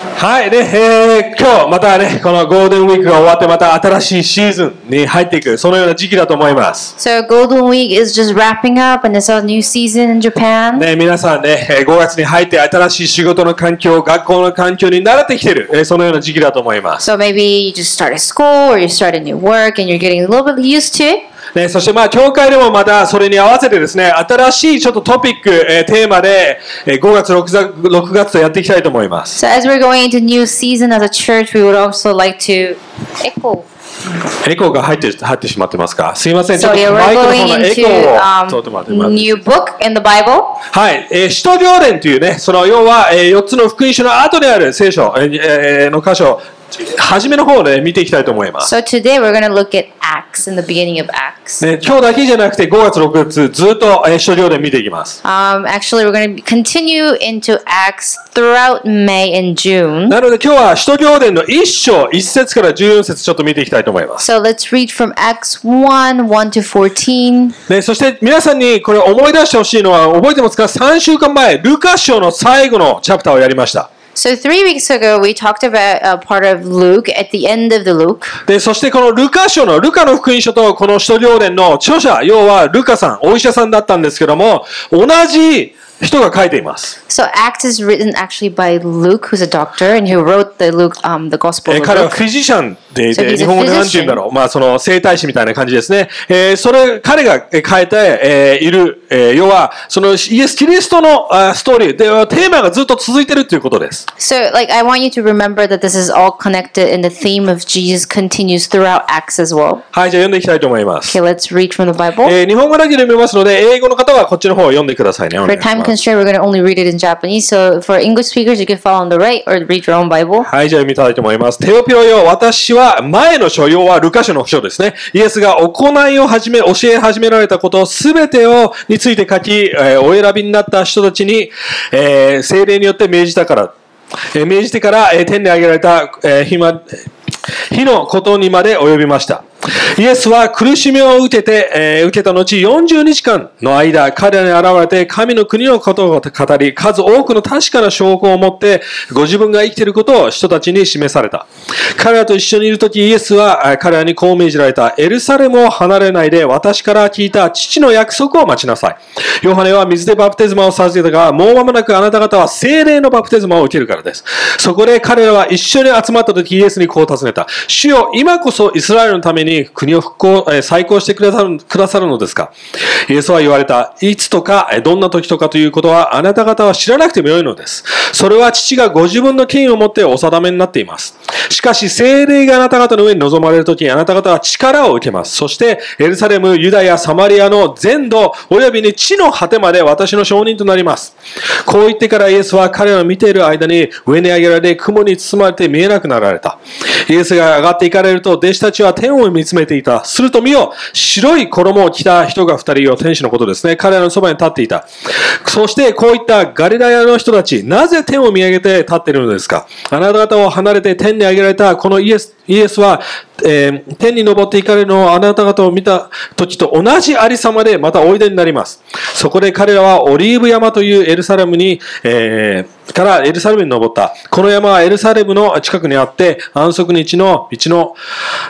はい、ね、えー今日またね、このゴールデンウィークが終わって、また新しいシーズンに入っていく、そのような時期だと思います。 So Golden Week is just wrapping up and it's a new season in Japan. ね、皆さんね、えー5月に入って新しい仕事の環境、学校の環境に慣れてきてる、えーそのような時期だと思います。 So maybe you just started school or you started new work and you're getting a little bit used to it. ね、そしてまあ、教会でもまたそれに合わせてですね、新しいちょっとトピック、えーテーマで、え5月6月、6月とやっていきたいと思います。 So as we're going into new season as a church, we would also like to echo. エコーが入って入ってしまってますかすいません、ちょ So っと yeah, マ we're イクの方の going エコ into ーをちょっと待って待 um, って new book in the Bible. はい、えー、使徒行伝というね、その要は、え4つの福音書の後にある聖書、えーえーの箇所、初めの方をね、見ていきたいと思います。 So today we're going to look at Acts in the beginning of Acts. ね、今日だけじゃなくて、5月、6月、ずっと、えー、使徒行伝見ていきます。 Um, actually, we're going to continue into Acts throughout May and June. なので今日は使徒行伝の1章、1節から14節ちょっと見ていきたいと思います。 So let's read from Acts 1 1 to 14. ね、そして皆さんにこれ思い出してほしいのは、覚えてますか ?3 週間前、ルカ書の最後のチャプターをやりました。 So, three weeks ago, we talked about a part of Luke at the end of the Luke. で、そしてこのルカ書の、ルカの福音書とこの使徒行伝の著者、要はルカさん、お医者さんだったんですけども、同じ人が書いています。 So, Acts is written actually by Luke, who's a doctor, and who wrote the Luke, um, the Gospel え of 彼は Luke. フィジシャンでいて、 So he's a 日本語で何て言うんだろう。まあ、その生体師みたいな感じですね。えーそれ、彼がえー書いて、えーいる、えー要は、そのイエス・キリストのあストーリー、で、テーマがずっと続いてるということです。 So, like, I want you to remember that this is all connected, and the theme of Jesus continues throughout Acts as well. はい、じゃあ読んでいきたいと思います。 Okay, let's read from the Bible. えー日本語だけで読みますので、英語の方はこっちの方を読んでくださいね。お願 For いし time ます constraint, we're going to only read it in Japanese. So for English speakers, you can follow on the right or read your own Bible. はい、じゃあ読みたいと思います。テオピロよ、私は前の書、要はルカ書の書ですね。イエスが行いを始め、教え始められたことすべてを、について書き、えーお選びになった人たちに、えー聖霊によって命じたから、えー命じてから、えー天に挙げられた、えー日ま、火のことにまで及びました。イエスは苦しみを受けて、えー受けた後40日間の間、彼らに現れて神の国のことを語り、数多くの確かな証拠を持って、ご自分が生きていることを人たちに示された。彼らと一緒にいるとき、イエスはえー彼らにこう命じられた。エルサレムを離れないで、私から聞いた父の約束を待ちなさい。ヨハネは水でバプテスマを授けたが、もう間もなくあなた方は聖霊のバプテスマを受けるからです。そこで彼らは一緒に集まった時、イエスにこう尋ねた。主よ、今こそイスラエルのために国を復興、えー再興してくださるくださるのですかイエスは言われた。いつとか、えーどんな時とかということは、あなた方は知らなくてもよいのです。それは父がご自分の権威を持ってお定めになっています。しかし、聖霊があなた方の上に臨まれるとき、あなた方は力を受けます。そして、エルサレム、ユダヤ、サマリアの全土、およびに地の果てまで私の証人となります。こう言ってからイエスは彼らを見ている間に上に上げられ、雲に包まれて見えなくなられた。イエスが上がっていかれると、弟子たちは天を見つめていた。すると見よ、白い衣を着た人が二人を天使のことですね。彼らのそばに立っていた。そして、こういったガリラヤの人たち、なぜ天を見上げて立っているのですかあなた方を離れて天に上げられたこのイエスイエスは、えー天に昇っていかれるのをあなた方を見た時と同じありさまでまたおいでになります。そこで彼らはオリーブ山というエルサレムに、えーからエルサレムに登った。この山はエルサレムの近くにあって、安息日の道の、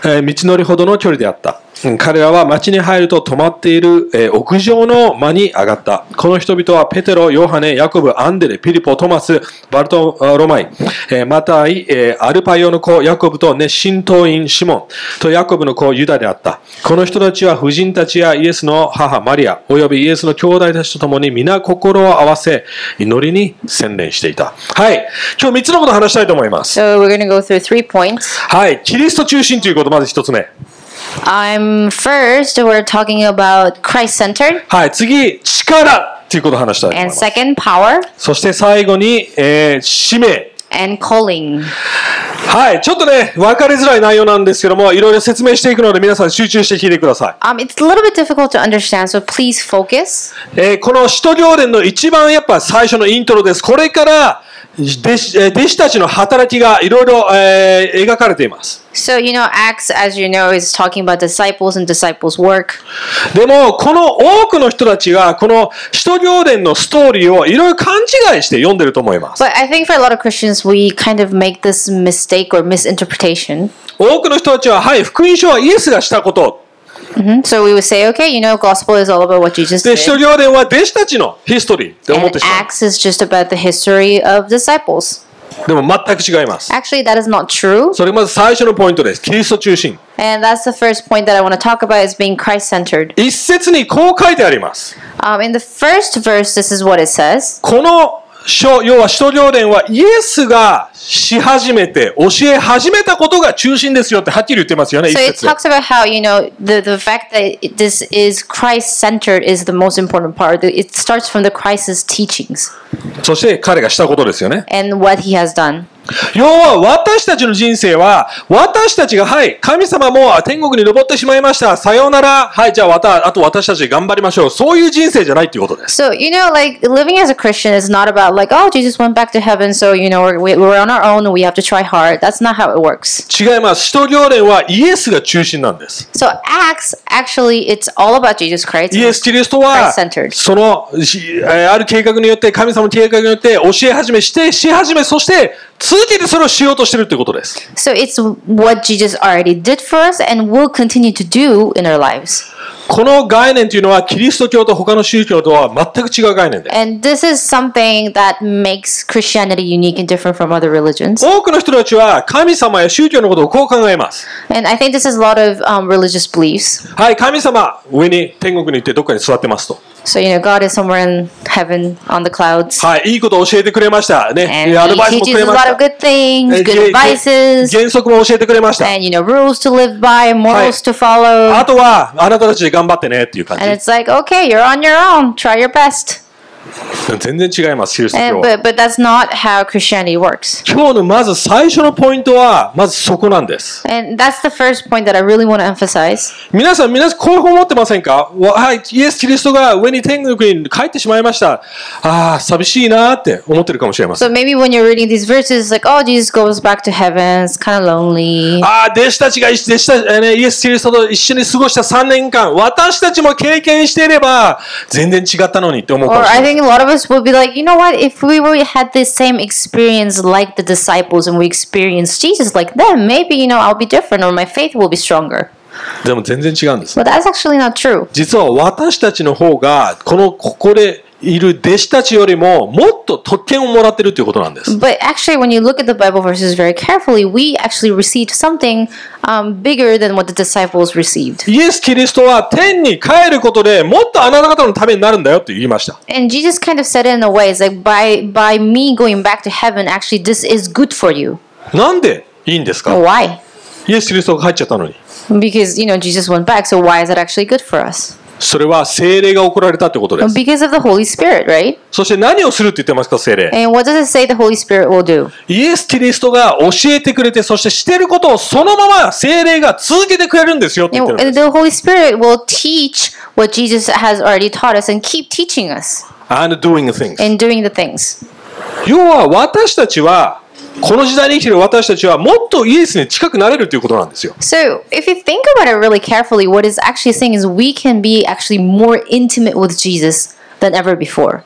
えー道のりほどの距離であった。うん彼らは町に入ると泊まっている、えー屋上の間に上がった。この人々はペテロ、ヨハネ、ヤコブ、アンデレ、ピリポ、トマス、バルトあロマイ、えーマタイ、えーアルパイオの子、ヤコブと熱心党員、シモンとヤコブの子、ユダであった。この人たちは夫人たちやイエスの母、マリア、およびイエスの兄弟たちと共に皆心を合わせ、祈りに専念していた。はい。今日3つのことを話したいと思います。 So we're going to go through three points. はい。キリスト中心ということ、まず1つ目。 Um, first, we're talking about Christ-centered, はい、次、力っていうことを話したいと思い and ます。 second, power そして最後に、えー使命。 and calling. はい、ちょっとね、分かりづらい内容なんですけども、いろいろ説明していくので、皆さん集中して聞いてくださ Um, it's a little bit difficult to understand, so please focus. い。えーこの使徒行伝の一番やっぱ最初のイントロです。これから、弟子えー弟子たちの働きがいろいろえー描かれています。 So, you know, Acts, as you know, is talking about disciples and disciples' work. でも、この多くの人たちが、この使徒行伝のストーリーをいろいろ勘違いして読んでると思います。 But I think for a lot of Christians, we kind of make this mistake or misinterpretation. 多くの人たちは、はい、福音書はイエスがしたこと。 Hmm? So we would say, okay, you know, gospel is all about what Jesus で、使徒 did. 行伝は弟子たちのヒストリーって思っ And てしま Acts is just about the history of disciples. う。でも全く違います。 Actually, that is not true. それまず最初のポイントです。キリスト中心。 And that's the first point that I want to talk about is being Christ centered. 一節にこう書いてあります。 Um, in the first verse, this is what it says. この書、要は使徒行伝はイエスがし始めて、教え始めたことが中心ですよってはっきり言ってますよね、一 So it 節で。 talks about how, you know, the, the fact that it- this is Christ centered is the most important part. It starts from the Christ's teachings そして彼がしたことですよね。 and what he has done. 要は私たちの人生は、私たちが、はい、神様もう天国に登ってしまいました。さようなら。はい、じゃあまた、あと私たち頑張りましょう。そういう人生じゃないということです。 So, you know, like living as a Christian is not about like, oh, Jesus went back to heaven, so, you know, we're, we're on our own and we have to try hard. That's not how it works. 違います。使徒行伝はイエスが中心なんです。 So, Acts, actually, it's all about Jesus Christ. イエス・キリストは Christ-centered、その、しえーある計画によって、神様の計画によって、教え始めして、し始め、そして、続けてそれをしようとしてるってことです。 So it's what Jesus already did for us and will continue to do in our lives. この概念というのは、キリスト教と他の宗教とは全く違う概念です。 And this is something that makes Christianity unique and different from other religions. 多くの人たちは、神様や宗教のことをこう考えます。 And I think this is a lot of um, religious beliefs. はい、神様、上に天国に行ってどっかに座ってますと。 So, you know, God is somewhere in heaven on the clouds. はい、いいことを教えてくれました。ね、 And いやアドバイス He もく teaches れ a まし lot た of。good things, えげ good げ advices, 原則も教えてくれました。 and, you know, rules to live by, morals to follow. あとは、あなたたちで頑張ってねっていう感 And じ。 it's like, okay, you're on your own. Try your best. 全然違います、キリスト教 And, は。 but, but that's not how Christianity works. 今日のまず最初のポイントは、まずそこなんです。 And that's the first point that I really want to emphasize. 皆さん、皆さん、こういうふうに思ってませんかわはい、イエス・キリストが上に天国に帰ってしまいました。ああ、寂しいなーって思ってるかもしれません。 So maybe when you're reading these verses, like, oh, Jesus goes back to heaven, it's kind of lonely. ああ、弟子たちが、弟子たち、えーねイエス・キリストと一緒に過ごした3年間、私たちも経験していれば、全然違ったのにって思う Or かもしれ I ない。 think a lot of us will be like, you know what? If we were had the same experience like the disciples and we experienced Jesus like them, maybe you know I'll be different or my faith will be stronger. でも全然違うんです。 But that's actually not true. 実は私たちの方が、この、ここでいる弟子たちよりも、もっと特権をもらってるということなんです。 But actually, when you look at the Bible verses very carefully, we actually received something um, bigger than what the disciples received. イエス・キリストは天に帰ることでもっとあなた方のためになるんだよって言いました。 And Jesus kind of said it in a way, it's like by by me going back to heaven, actually this is good for you. なんでいいんですか Why? イエス・キリストが帰っちゃったのに。 Because you know Jesus went back, so why is that actually good for us? それは聖霊が怒られたってことです。 Because of the Holy Spirit, right? そして何をするって言ってますか、聖霊。 And what does it say the Holy Spirit will do? イエス・キリストが教えてくれて、そしてしてることをそのまま聖霊が続けてくれるんですよって言ってるん And です。 the Holy Spirit will teach what Jesus has already taught us and keep teaching us And doing things. and doing the things. 要は私たちは、この時代に生きてる私たちはもっとイエスに近くなれるということなんですよ。 So if you think about it really carefully, what it's actually saying is we can be actually more intimate with Jesus than ever before.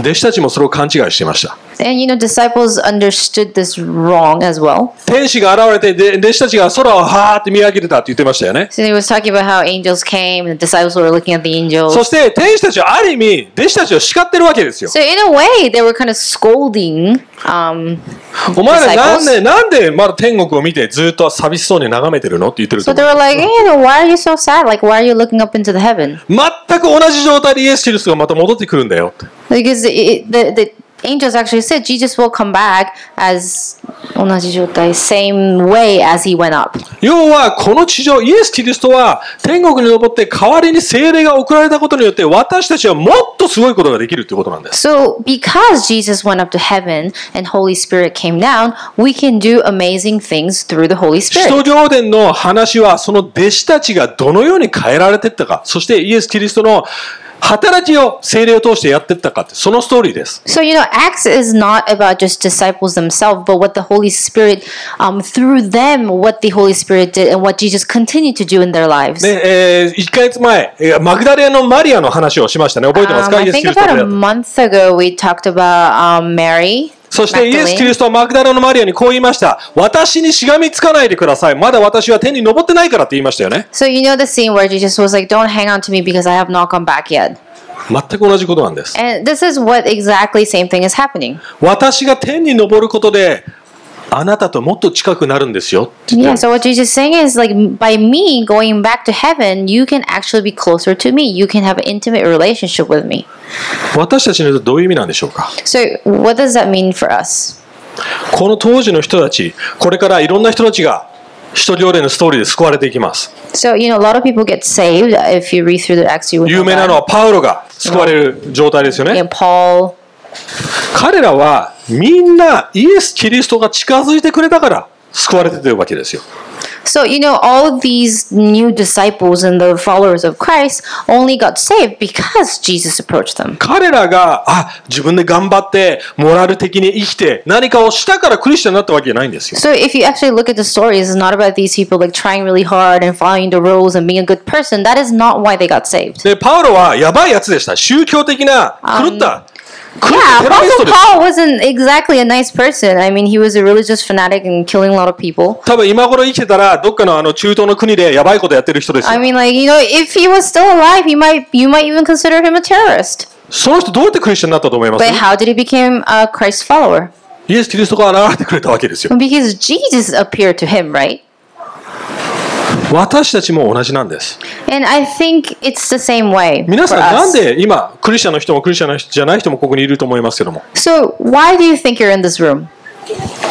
弟子たちもそれを勘違いしていました。 And you know, disciples understood this wrong as well. 天使が現れて、で弟子たちが空をはーって見上げてたって言ってましたよね。 So he was talking about how angels came and the disciples were looking at the angels. そして天使たちはある意味、弟子たちを叱ってるわけですよ。 So in a way, they were kind of scolding. Um, お前らなんで、なんでまだ天国を見てずっと寂しそうに眺めてるのって言ってると but they 思う。 were like, hey, you know, why are you so sad? Like, why are you looking up into the heaven? 全く同じ状態でイエス・キリストがまた戻ってくるんだよって。 Because it, it- the the angels actually said Jesus will come back as 同じ状態, same way as he went up. 要は、この地上、イエス・キリストは天国に登って代わりに聖霊が送られたことによって私たちはもっとすごいことができるってことなんです。 So because Jesus went up to heaven and Holy Spirit came down, we can do amazing things through the Holy 使 Spirit. 徒行伝の話は、その弟子たちがどのように変えられていったか、そしてイエス・キリストの働きを精霊を通してやってったかって、そのストーリーです。 So, you know, Acts is not about just disciples themselves, but what the Holy Spirit, um, through them, what the Holy Spirit did and what Jesus continued to do in their lives. で、え1ヶ月前、えーマグダレアのマリアの話をしましたね。覚えてます Um, か、イ I エス・キ think リスト about の a マリア month ago we talked about um, Mary. そしてイエス・キ Magdalene. リストはマグダレアのマリアにこう言いました。私にしがみつかないでください。まだ私は天に登ってないからって言いましたよね。 So you know the scene where Jesus was like, "Don't hang on to me because I have not come back yet." 全く同じことなんです。 And this is what exactly same thing is happening. 私が天に登ることで、あなたともっと近くなるんですよって言ってる Yeah. So what Jesus is saying is like, by me going back to heaven, you can actually be closer to me. You can have an intimate relationship with me. 私たちにとってどういう意味なんでしょうか So what does that mean for us? この当時の人たち、これからいろんな人たちが、一人おれのストーリーで救われていきます。 So you know, a lot of people get saved uh, if you read through the Acts. You would 有 know 名なの that. はパウロが救われる状態ですよね。 And Paul. 彼らはみんなイエス・キリストが近づいてくれたから救われてるわけですよ。 So, you know, all of these new disciples and the followers of Christ only got saved because Jesus approached them. 彼らが、あ、自分で頑張って、モラル的に生きて、何かをしたからクリスチャンになったわけじゃないんですよ。 So, if you actually look at the stories, it's not about these people like trying really hard and following the rules and being a good person. That is not why they got saved. で、パウロはやばいやつでした。宗教的な、狂った、狂っ Yeah, たテロリスト Apostle です。 Paul wasn't exactly a nice person. I mean, he was a religious fanatic and killing a lot of people. 多分今頃生きてたら、どっかのあの中東の国でやばいことやってる人ですよ I mean, like you know, if he was still alive, he might you might even consider him a terrorist. その人どうやってクリスチャンになったと思います But how did he become a Christ follower? イエス・キリストが現れてくれたわけですよ。 Because Jesus appeared to him, right? 私たちも同じなんです。 And I think it's the same way. 皆 for さん、なん us. で今、クリスチャンの人もクリスチャンの人じゃない人もここにいると思いますけども、 So, why do you think you're in this room?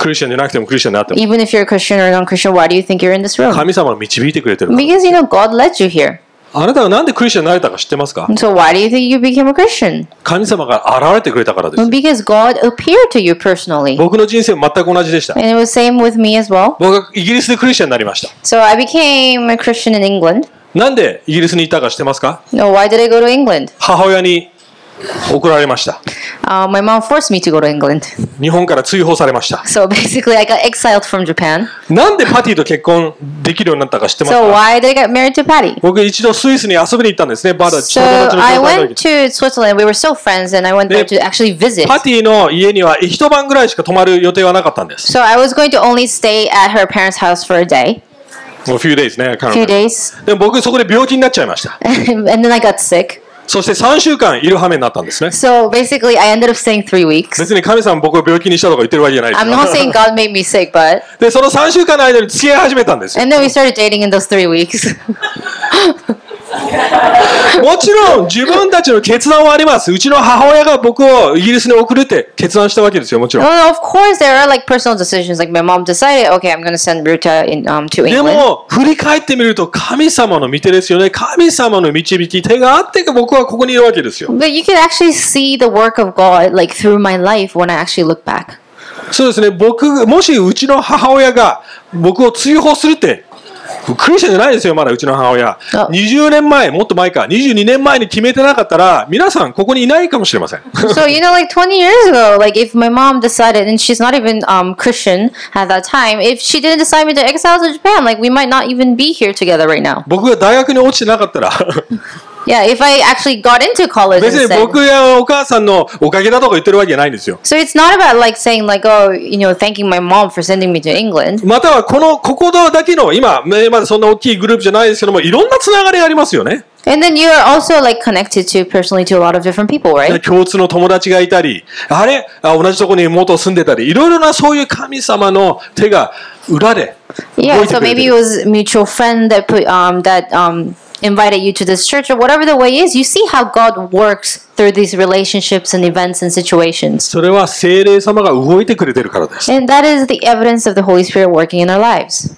クリスチャンじゃなくてもクリスチャンになっても、 Even if you're a Christian or non Christian, why do you think you're in this room? 神様が導いてくれてるから Because, you know, God led you here. あなたがなんでクリスチャンになれたか知ってますか And so, why do you think you became a Christian? 神様が現れてくれたからです。 Because God appeared to you personally. 僕の人生も全く同じでした。 And it was same with me as well. 僕はイギリスでクリスチャンになりました。 So, I became a Christian in England. なんでイギリスにいたか知ってますか You know, why did I go to England? 母親に怒られました。 Uh, my mom forced me to go to England. 日本から追放されました。 So, basically, I got exiled from Japan. なんでパティと結婚できるようになったか知ってます So, か why did I get married to Patty? 僕一度スイスに遊びに行ったんですね。まだ So 友達の状 I 態の時 went to Switzerland. We were still friends, and I went there to actually visit. パティの家には一晩ぐらいしか泊まる予定はなかったんです。 So I was going to only stay at her parents' house for a day, もう few days ね、彼 few 女。 days, でも僕そこで病気になっちゃいました。 and then I got sick. そして3週間いる羽目になったんですね。 So basically, I ended up staying three weeks. 別に神様僕を病気にしたとか言ってるわけじゃないです I'm not よ saying God made me sick, but で、その3週間の間に付き合い始めたんですよ。 and then we started dating in those three weeks. もちろん自分たちの決断はあります。うちの母親が僕をイギリスに送るって決断したわけですよ、もちろん。 well, of course, there are like personal decisions. Like my mom decided, okay, I'm gonna send Ruta in um, to で England. も、振り返ってみると神様の御手ですよね。神様の導き、手があって僕はここにいるわけですよ。 But you can actually see the work of God like through my life when I actually look back. そうですね、僕、もしうちの母親が僕を追放するって、クリスチャンじゃないですよ、まだうちの母親。20年前、もっと前か、22年前に決めてなかったら、皆さんここにいないかもしれません。 so you know like 20 years ago like if my mom decided and she's not even um christian at that time if she didn't decide me to exile to japan like we might not even be here together right now 僕が大学に落ちてなかったら、 yeah if i actually got into college 別に instead. 僕やお母さんのおかげだとか言ってるわけじゃないんですよ。 so it's not about like saying like oh you know thanking my mom for sending me to england またはこの、ここだけの、今、ねまだそんな大きいグループじゃないですけども、いろんなつながりがありますよね。 and then you are also like connected to personally to a lot of different people right 共通の友達がいたり、あれあ同じとこに妹住んでたり、いろいろなそういう神様の手が裏で yeah 動いて so くれて maybe it る。 was a mutual friend that put um that um invited you to this church or whatever the way is you see how god works through these relationships and events and situations それは聖霊様が動いてくれてるからです。 And that is the evidence of the Holy Spirit working in our lives.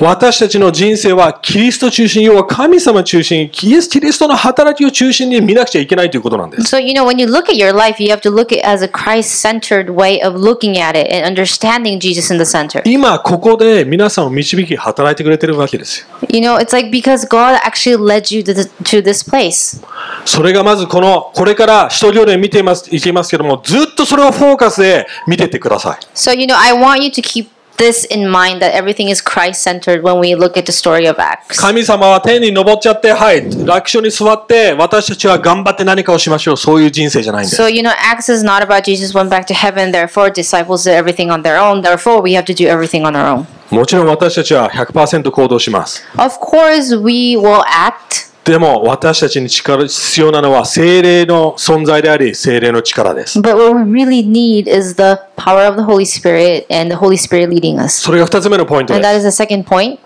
私たちの人生はキリスト中心、要は神様中心、イエス・キリストの働きを中心に見なくちゃいけないということなんです。 So, you know, when you look at your life, you have to look at it as a Christ centered way of looking at it and understanding Jesus in the center. 今ここで皆さんを導き働いてくれてるわけですよ。 You know, it's like because God actually led you to, th- to this place. それがまずこの、これから使徒行伝見ています、いきますけども、ずっとそれをフォーカスで見ててください。 So, you know, I want you to keep this in mind that everything is Christ centered when we look at the story of Acts. 神様は天に登っちゃって、はい、楽勝に座って、私たちは頑張って何かをしましょう。そういう人生じゃないんです。 So, you know, Acts is not about Jesus went back to heaven, therefore, disciples did everything on their own, therefore, we have to do everything on our own. もちろん私たちは100%行動します。 Of course, we will act, でも私たちに力必要なのは精霊の存在であり、精霊の力です。 but what we really need is the power of the Holy Spirit and the Holy Spirit leading us. それが2つ目のポイント And で that す。 is the second point.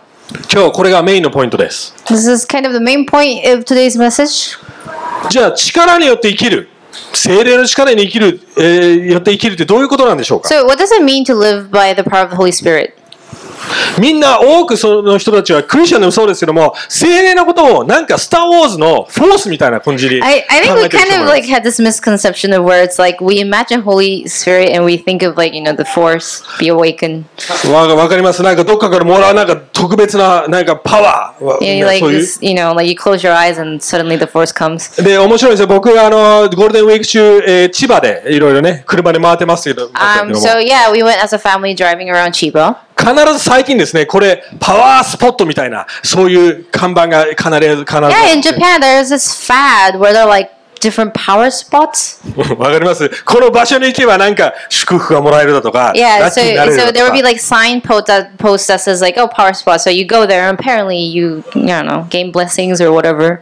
今日これがメインのポイントです。 This is kind of the main point of today's message. じゃあ力によって生きる。精霊の力に生きる、えーよって生きるってどういうことなんでしょうか So, what does it mean to live by the power of the Holy Spirit? みんな多くその人たちはクリスチャンでもそうですけども、精霊のことをなんかスターウォーズのフォースみたいな感じに考 I, I え think we てる kind 人も of い like ます。 had this misconception of where it's like we imagine Holy Spirit and we think of like, you know, the force, be awakened. わわかります。なんかどっかからもらうなんか特別ななんかパワー。 Yeah, you なんか like そういう this, you know, like you close your eyes and suddenly the force comes. で、面白いですよ。僕、あの、ゴールデンウィーク中、えー千葉でいろいろね、車で回ってますけど、 Um, まし so た yeah, we went as a family driving around Chiba. けども必ず最近ですね、これ、パワースポットみたいな、そういう看板が必ず、必ず。 Yeah, in Japan, there's this fad where they're like different power spots. わかりますこの場所に行けばなんか祝福がもらえるだとか、 Yeah, ラッキ so ーになれる so だと there か would be like sign post that post that says like, oh, power spot. So you go there and apparently you, you don't know, gain blessings or whatever.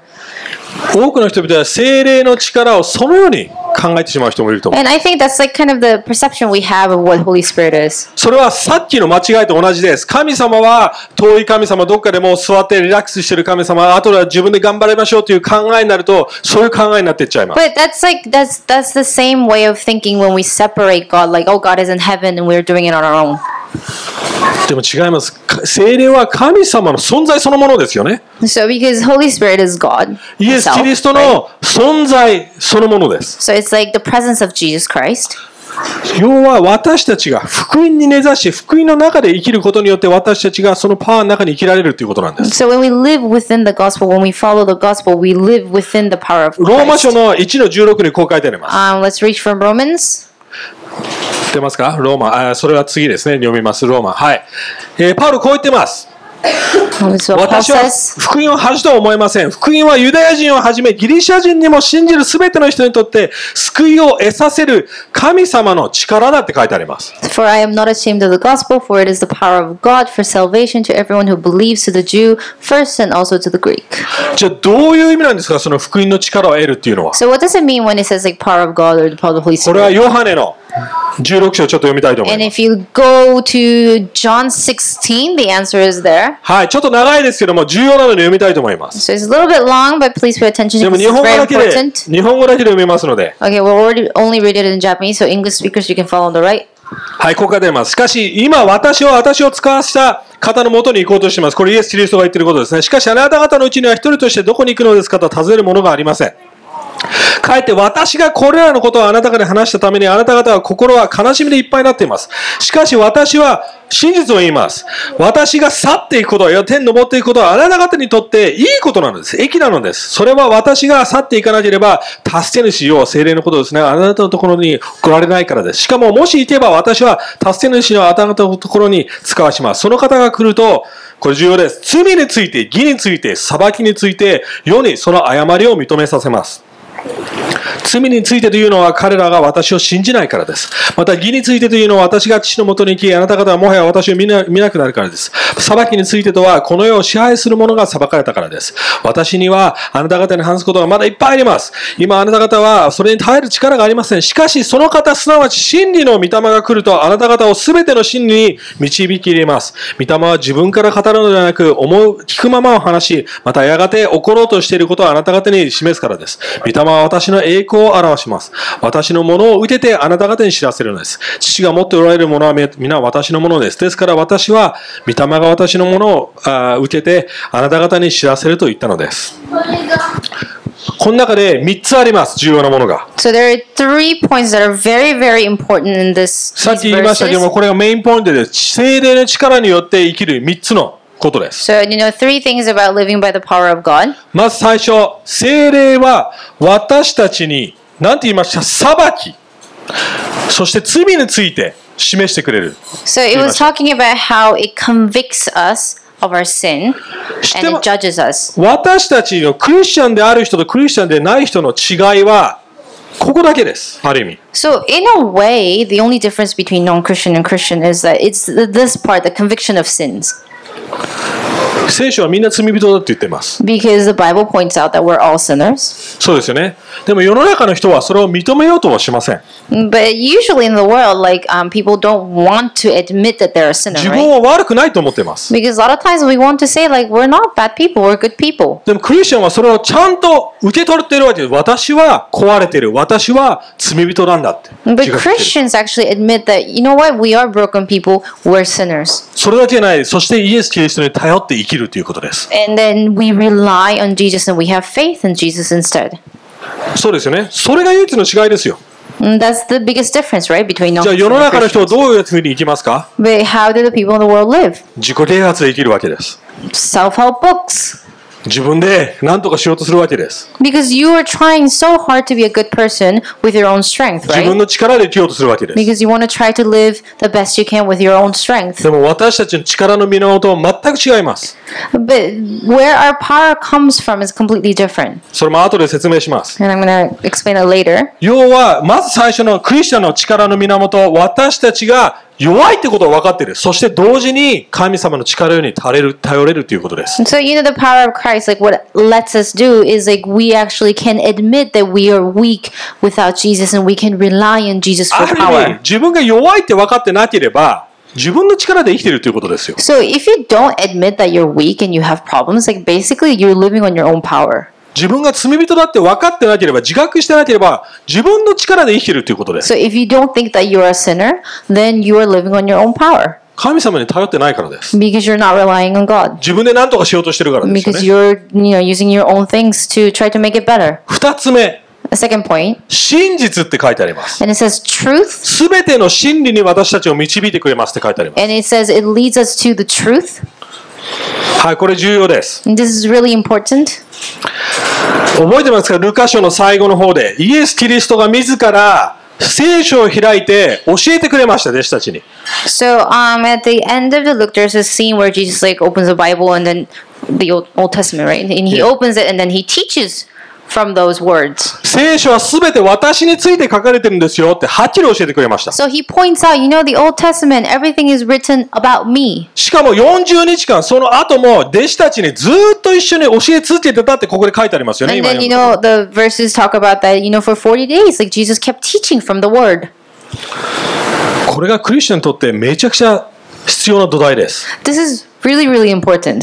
多くの人々は精霊の力をそのように考えてしまう人もいると思う。 And I think that's like kind of the perception we have of what Holy Spirit is. それはさっきの間違いと同じです。神様は遠い神様、どっかでもう座ってリラックスしてる神様、あとは自分で頑張りましょうという考えになると、そういう考えになっていっちゃいます。 But that's like that's that's the same way of thinking when we separate God, like oh God is in heaven and we're doing it on our own. でも違います。か精霊は神様の存在そのものですよね。 So because Holy Spirit is God. イエス・キリス himself, ト right? の存在そのものです。 So it's like the presence of Jesus Christ. 要は私たちが福音に根ざし、福音の中で生きることによって私たちがそのパワーの中に生きられるということなんです。 So when we live within the gospel, when we follow the gospel, we live within the power of ローマ Christ. 書の1の16にこう書いてあります。 Um, let's read from Romans. 出ますかローマ。あそれは次ですね。読みます。ローマ。はい。えーパウルこう言ってます。 This is what Paul 私は says. 福音を恥とは思えません。福音はユダヤ人をはじめギリシャ人にも信じるすべての人にとって救いを得させる神様の力だって書いてあります。 For I am not ashamed of the gospel, for it is the power of God for salvation to everyone who believes, to the Jew first and also to the Greek. じゃあどういう意味なんですかその福音の力を得るっていうのは。 So what does it mean when it says like power of God or the power of the Holy こ Spirit? れはヨハネの16章をちょっと読みたいと思い And ます。 if you go to John 16, the answer is there. はい、ちょっと長いですけども重要なので読みたいと思います。 So it's a little bit long, but please pay attention で because も日 it's 本語 very だけで、 important. 日本語だけで読めますので。 Okay, we'll already only read it in Japanese, so English speakers, you can follow on the right. はい、ここから出ます。しかし、今、私は私を使わせた方のもとに行こうとしています。これ、イエス・キリストが言っていることですね。しかし、あなた方のうちには一人としてどこに行くのですかと尋ねるものがありません。かえって私がこれらのことをあなた方に話したためにあなた方は心は悲しみでいっぱいになっています。しかし私は真実を言います。私が去っていくことは、いや天に登っていくことはあなた方にとっていいことなのです。益なのです。それは私が去っていかなければ、助け主よ精霊のことですね。あなたのところに来られないからです。しかももし行けば私は助け主のあなた方のところに使わします。その方が来ると、これ重要です。罪について、義について、裁きについて、世にその誤りを認めさせます。罪についてというのは彼らが私を信じないからです。また義についてというのは私が父のもとに行き、あなた方はもはや私を見な見なくなるからです。裁きについてとはこの世を支配する者が裁かれたからです。私にはあなた方に話すことがまだいっぱいあります。今あなた方はそれに耐える力がありません。しかしその方、すなわち真理の御霊が来るとあなた方を全ての真理に導き入れます。御霊は自分から語るのではなく、思う、聞くままを話し、またやがて起ころうとしていることをあなた方に示すからです。御霊は私の栄光を表します。私のものを受けてあなた方に知らせるのです。父が持っておられるものは皆皆私のものです。ですから私は、御霊が私のものをあー受けてあなた方に知らせると言ったのです。この中で3つあります、重要なものが。 So there are three points that are very, very important in this. さっ these き言いましたけども、 verses. これがメインポイントです。精霊の力によって生きる3つのことです。 So, you know, three things about living by the power of God. まず最初、聖霊は私たちに、なんて言いました裁き。そして罪について示してくれる。 So, it was talking about how it convicts us of our sin and it judges us. 私たちのクリスチャンである人とクリスチャンでない人の違いは、ここだけです。ある意味。 So, in a way, the only difference between non Christian and Christian is that it's th- this part, the conviction of sins. 聖書はみんな罪人だって言ってます。 Because the Bible points out that we're all sinners. そうですよね。でも世の中の人はそれを認めようとはしません。 But usually in the world, like um, people don't want to admit that they're a sinner, 自 right? 分は悪くないと思ってます。 Because a lot of times we want to say, like, we're not bad people, we're good people. でもクリスチャンはそれをちゃんと受け取ってるわけです。私は壊れてる。私は罪人なんだって。自 But 覚してる Christians actually admit that, you know what, we are broken people, we're sinners. それだけじゃない。そしてイエス・キリストに頼って生きるということです。 And then we rely on Jesus and we have faith in Jesus instead. そうですよね。それが唯一の違いですよ。 And that's the biggest difference, right, between じゃあ non-Christians 世の and 中の Christians. 人はどういうふうに生きますか But how do the people in the world live? 自己啓発で生きるわけです。 Self-help books. 自分で何とかしようとするわけです。 Because you are trying so hard to be a good person with your own strength, 自分 right? の力で生きようとするわけです。 Because you want to try to live the best you can with your own strength. でも私たちの力の源は全く違います。 But where our power comes from is completely different. それも後で説明します。 And I'm going to explain it later. 要は、まず最初のクリスチャンの力の源、私たちが弱いってことを分かっている。そして同時に神様の力に頼れる、頼れるということです。 So you know the power of Christ, like what it lets us do is like we actually can admit that we are weak without Jesus and we can rely on Jesus あ for る意味 power.、自分が弱いって分かってなければ、自分の力で生きているということですよ。 So if you don't admit that you're weak and you have problems, like basically you're living on your own power. 自分が罪人だって分かってなければ、自覚してなければ、自分の力で生きているということです。 So if you don't think that you're a sinner, then you are living on your own power 神様に頼ってないからです。 because you're not relying on God. 自分で何とかしようとしてるからですよ Because ね。 you're you know using your own things to try to make it better. 二つ目、 A second point, 真実って書いてあります。 and it says truth, すべての真理に私たちを導いてくれますって書いてあります。 and it says it leads us to the truth. はい、これ重要です。 And this is really important. 覚えてますかルカ書の最後の方で、イエス・キリストが自ら聖書を開いて教えてくれました、弟子たちに。 So um, at the end of the look, there's a scene where Jesus like opens the Bible and then the Old, Old Testament, right? And he Yeah. opens it and then he teaches from those words. 聖書は全て私について書かれてるんですよってはっきり教えてくれました。 So he points out, you know, the Old Testament, everything is written about me. しかも40日間、その後も弟子たちにずっと一緒に教え続けてたってここで書いてありますよね、 And 今読 then you むと know the verses talk about that, you know, for 40 days, like Jesus kept teaching from the word. これがクリスチャンにとってめちゃくちゃ必要な土台です。 This is really, really important.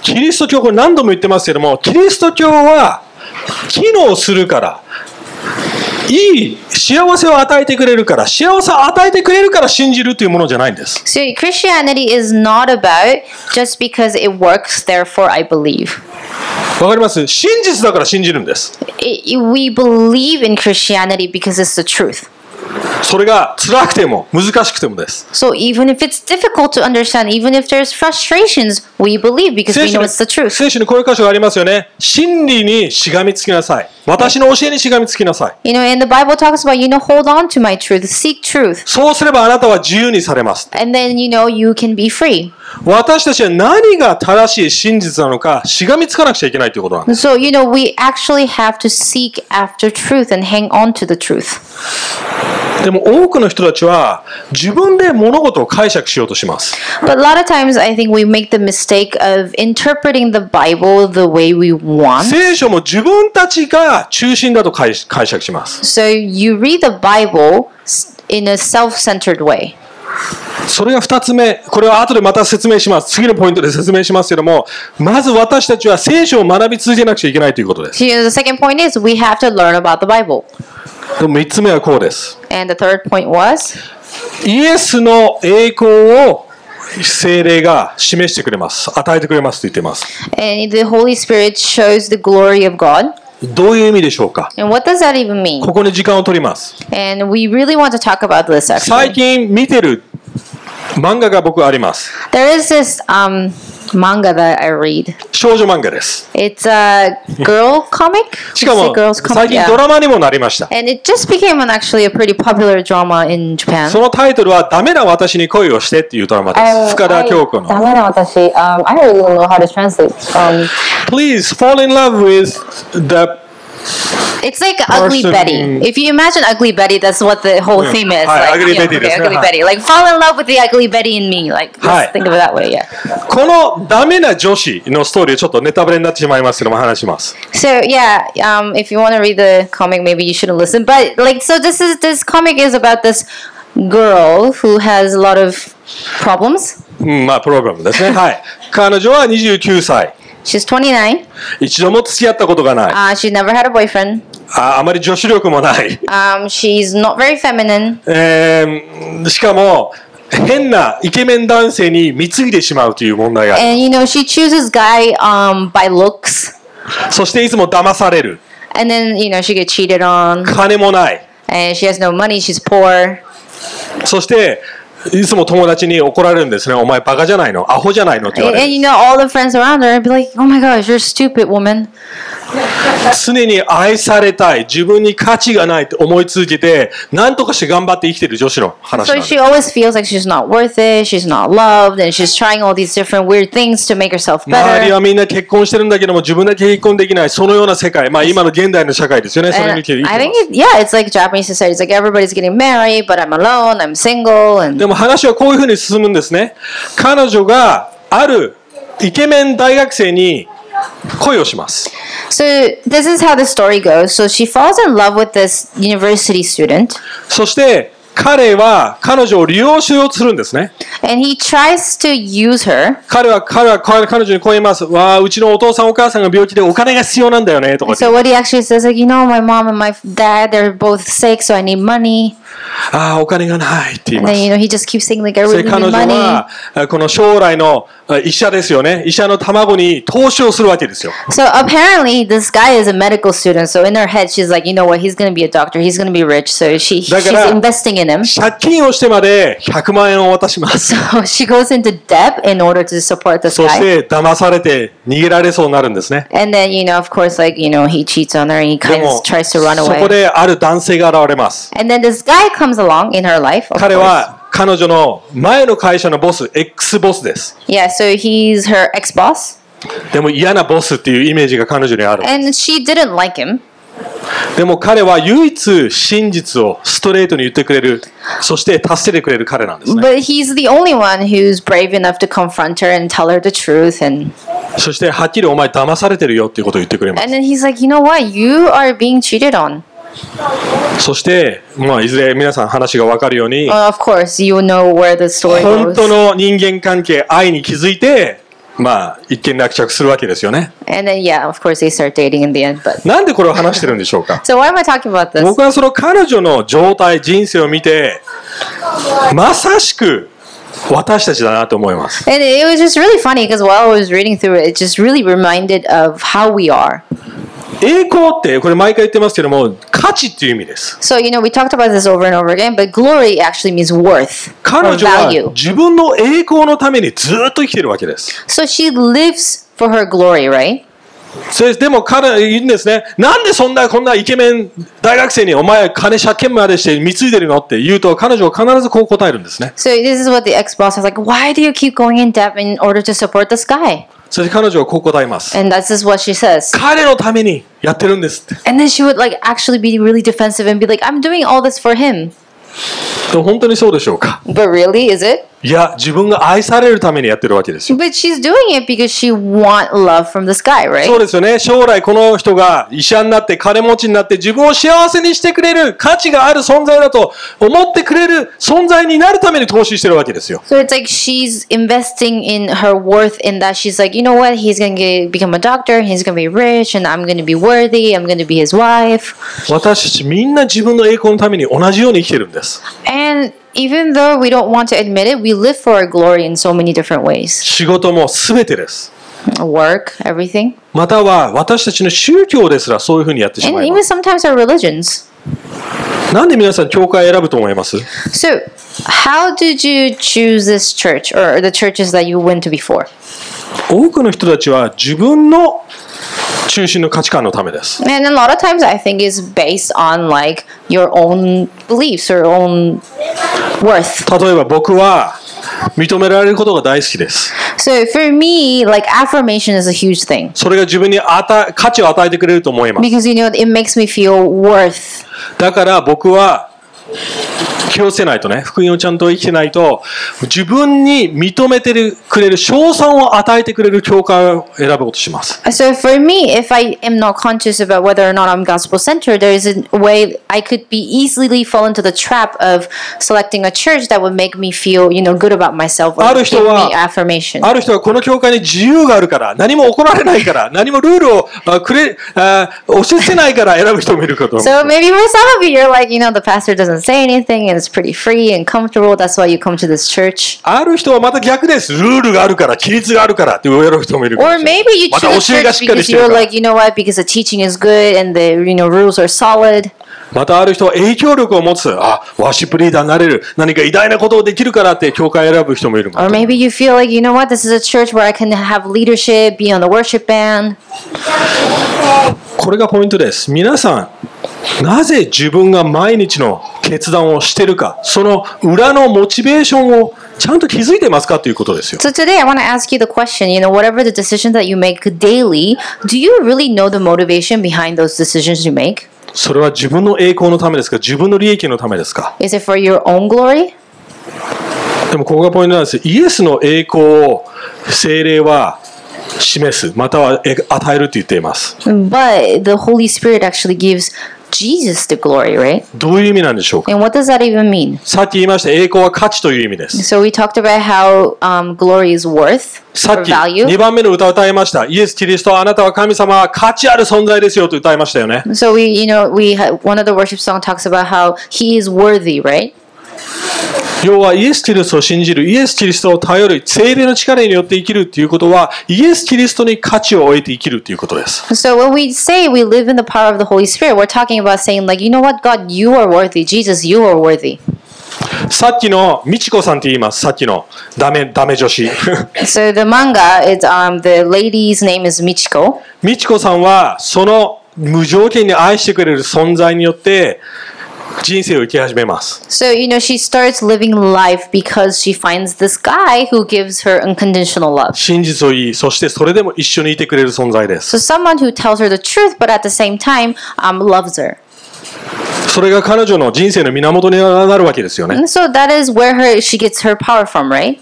キリスト教、これ何度も言ってますけども、キリスト教は機能するから、いい幸せを与えてくれるから、幸せを与えてくれるから信じるというものじゃないんです。 So Christianity is not about just because it works, therefore I believe. わかります真実だから信じるんです。 It, we believe in Christianity because it's the truth. それが辛くても難しくてもです。 So even if it's difficult to understand, even if there's frustrations, we believe because 聖 we 書 know に it's the truth. 聖書にこういう箇所がありますよね。真理にしがみつきなさい。私の教えにしがみつきなさい。 You know, and the Bible talks about, you know, hold on to my truth, seek truth, そうすればあなたは自由にされます。 and then you know you can be free. 私たちは何が正しい真実なのかしがみつかなくちゃいけないということなんです So, you know, we actually have to seek after truth and hang on to the truth. でも多くの人たちは自分で物事を解釈しようとします。 But a lot of times I think we make the mistake of interpreting the Bible the way we want. 聖書も自分たちが中心だと解解釈します。 So you read the Bible s- in a self-centered way. それが二つ目。これは後でまた説明します。次のポイントで説明しますけども、まず私たちは聖書を学び続けなくちゃいけないということです。 So, you know, the second point is we have to learn about the Bible. でも三つ目はこうです。 And the third point was イエスの栄光を聖霊が示してくれます。与えてくれますと言っています。 And the Holy Spirit shows the glory of God. どういう意味でしょうか And what does that even mean? ここに時間を取ります。 And we really want to talk about this 最 actually. 近見てる漫画が僕あります。 There is this um manga that I read. 少女漫画です。 It's a girl comic. しか Is も it、girls 最 comic. 近 Yeah. ドラマにもなりました。 And it just became an actually a pretty popular drama in Japan. そのタイトルは、ダメな私に恋をしてっていうドラマで Um, I, す。深田恭子の。ダメだ私。Um, I really don't know how to translate. Um, Please fall in love with the It's like Ugly Person- Betty. If you imagine Ugly Betty, that's what the whole Yeah. theme is. Hi, like, Ugly you know, Betty okay, ですね。 Ugly はい。 Betty. Like fall in love with the Ugly Betty in me. Like let's はい。 think of it that way. Yeah. このダメな女子のストーリー、ちょっとネタバレになってしまいますけども話します。 So yeah, um, if you want to read the comic, maybe you shouldn't listen. But like, so this is this comic is about this girl who has a lot of problems. うん、まあ、プログラムですね。はい。彼女は29歳。 She's 29. 一度も付き合ったことがない。 Uh, she never had a boyfriend. ああまり女子力もない。 Um, she's not very feminine, えーしかも、変なイケメン男性に貢いでしまうという問題がある。 and you know she chooses guy um, by looks, そしていつも騙される。 and then you know she get cheated on, 金もない。 and she has no money. She's poor. そして、いつも友達に怒られるんですね。お前バカじゃないのアホじゃないのって言 And, われる。and you know all the friends around her be like, "Oh my gosh, you're a stupid woman." 常に愛されたい。自分に価値がないって思い続けて、なんとかして頑張って生きてる女子の話なん So です she。always feels like she's not worth it, she's not loved, and she's trying all these different weird things to make herself 周り better. はみんな結婚してるんだけども自分だけ結婚できないそのような世界まあ今の現代の社会ですよねそれ And に生きて I 生きて think, ます it, yeah, it's like Japanese society. It's like everybody's getting married, but I'm alone, I'm single, and でも話はこういうふうに進むんですね彼女があるイケメン大学生に恋をします so this is how the story goes. So she falls in love with this university student, そして彼は彼女を利用しようとするんですね and he tries to use her. 彼は彼は彼彼女にこう言いますわあうちのお父さんお母さんが病気でお金が必要なんだよねとか言って So what he actually says, like, you know, my mom and my dad, they're both sick, so I need money. ああお金がないって言いま And す then you know, he just keeps saying like, I それ really 彼女 need は money. あこの将来のあ医者ですよね医者の卵に投資をするわけですよ So apparently, this guy is a medical student. So in her head, she's like, you know what? He's gonna be a doctor. He's gonna be rich. So she she's だから、 investing in him. 借金をしてまで100万円を渡します。 So she goes into debt in order to support this そし guy. て騙されて逃げられそうになるんですね。 And then you know, of course, like you know, he cheats on her and で he kind も of tries to run そこ away. である男性が現れます。 And then this guy comes along in her life. Of 彼 course. は彼女の前の会社のボス、X ボスです。 Yeah. So he's her ex boss, でも嫌なボスっていうイメージが彼女にある。 and she didn't like him. でも彼は唯一真実をストレートに言ってくれる、そして助けてくれる彼なんですね。 But he's the only one who's brave enough to confront her and tell her the truth. And そしてはっきりお前騙されてるよっていうことを言ってくれま and then he's like, you know what? You are being cheated on. す。そして、まあ、いずれ皆さん話がわかるように、 Uh, of course, you know where the story 本 goes. 当の人間関係、愛に気づいて、まあ、一見落着するわけですよね。 And then, yeah, of course, they start dating in the end. But なんでこれを話してるんでしょうか so, why am I talking about this? 僕はその彼女の状態、人生を見て、まさしく私たちだなと思います。 And it was just really funny because while I was reading through it, it just really reminded of how we are. 栄光って、これ毎回言ってますけども、価値っていう意味です。 So, you know, we talked about this over and over again, but glory actually means worth 彼 or 女は value. 自分の栄光のためにずっと生きてるわけです。 So she lives for her glory, right? それでも彼は言うんですね。なんでそんなこんなイケメン大学生にお前金借金までして貢いでるのって言うと彼女は必ずこう答えるんですね。 So this is what the ex boss was like, why do you keep going in debt in order to support this guy? そして彼女はこう答えます。 And this is what she says. 彼のためにやってるんですって。 And then she would like actually be really defensive and be like, I'm doing all this for him. でも本当にそうでしょうか But really, is it? いや、自分が愛されるためにやってるわけですよ。 But she's doing it because she want love from this guy, そう right? ですよね。将来この人が医者になって金持ちになって自分を幸せにしてくれる価値がある存在だと思ってくれる存在になるために投資してるわけですよ。 So it's like she's investing in her worth in that she's like, you know what? He's gonna get, become a doctor. He's gonna be rich, and I'm gonna be worthy. I'm gonna be his wife. 私たちみんな自分の栄光のために同じように生きてるんです。 And even though we don't want to admit it, we live for our glory in so many different ways. 仕事も全てです。 Work, everything, または私たちの宗教ですらそういうふうにやってし and まいま even す。 sometimes our religions. なんで皆さん教会選ぶと思います So, how did you choose this church or the churches that you went to before? 多くの人たちは自分の中心の価値観のためです。 And a lot of times I think it's based on like your own beliefs or own worth. 例えば僕は認められることが大好きです。 So for me, like affirmation is a huge thing それが自分にあた価値を与えてくれると思います。 because you know it makes me feel worth. だから僕は気をつけないとね、福音をちゃんと生きてないと、自分に認めてるくれる、賞賛を与えてくれる教会を選ぶことします。 So for me, if I am not conscious about whether or not I'm gospel centered, there is a way I could be easily fall into the trap of selecting a church that would make me feel, you know, good about myself or ある give 人は me affirmation. ある人はこの教会に自由があるから、何も怒られないから、何もルールをあくれ、あ押し付けないから選ぶ人もいるかと思う。 So maybe for some of you, you're like, you know, the pastor doesn't say anything and it's pretty free and comfortable. That's why you come to this church. ある人はまた逆です。ルールがあるから、規律があるからって選ぶ人もいるかも Or しれない maybe you また choose 教え a が church しっかりし because てる you're から like, you know what, because the teaching is good and the you know rules are solid. またある人は影響力を持つ。あ、ワーシップリーダーになれる。何か偉大なことをできるからって教会を選ぶ人もいるか Or も maybe you feel like, you know what, this is a church where I can have leadership, be on the worship band. これがポイントです。皆さん、なぜ自分が毎日の決断をしてるか、その裏のモチベーションをちゃんと気づいてますかということですよ。 So today I want to ask you the question, you know, whatever the decision that you make daily, do you really know the motivation behind those decisions you make? それは自分の栄光のためですか自分の利益のためですか Is it for your own glory? でもここがポイントなんです。イエスの栄光を精霊は示す、またはえ与えると言っています。 But the Holy Spirit actually gives Jesus the glory, right? どういう意味なんでしょうか And what does that even mean? さっき言いました栄光は価値という意味です。 So we talked about how um, glory is worth さ or っき value. 2番目の歌を歌いました。イエス・キリスト、あなたは神様、価値ある存在ですよと歌いましたよね。 So we, you know, we had, one of the worship song talks about how He is worthy, right? 要はイエス・キリストを信じる、イエス・キリストを頼る、精霊の力によって生きるということは、イエス・キリストに価値を置いて生きるということです。 So when we say we live in the power of the Holy Spirit, we're talking about saying like, you know what, God, you are worthy. Jesus, you are worthy. さっきの美智子さんって言います。さっきのダメ、ダメ女子。 So the manga, it's um, the lady's name is Michiko. 美智子さんは、その無条件に愛してくれる存在によって、人生を生き始めます。 So you know, she starts living life because she finds this guy who gives her unconditional love. 真実を言い、そしてそれでも一緒にいてくれる存在です。 So someone who tells her the truth, but at the same time, um, loves her. それが彼女の人生の源になるわけですよね。 And so that is where her she gets her power from, right?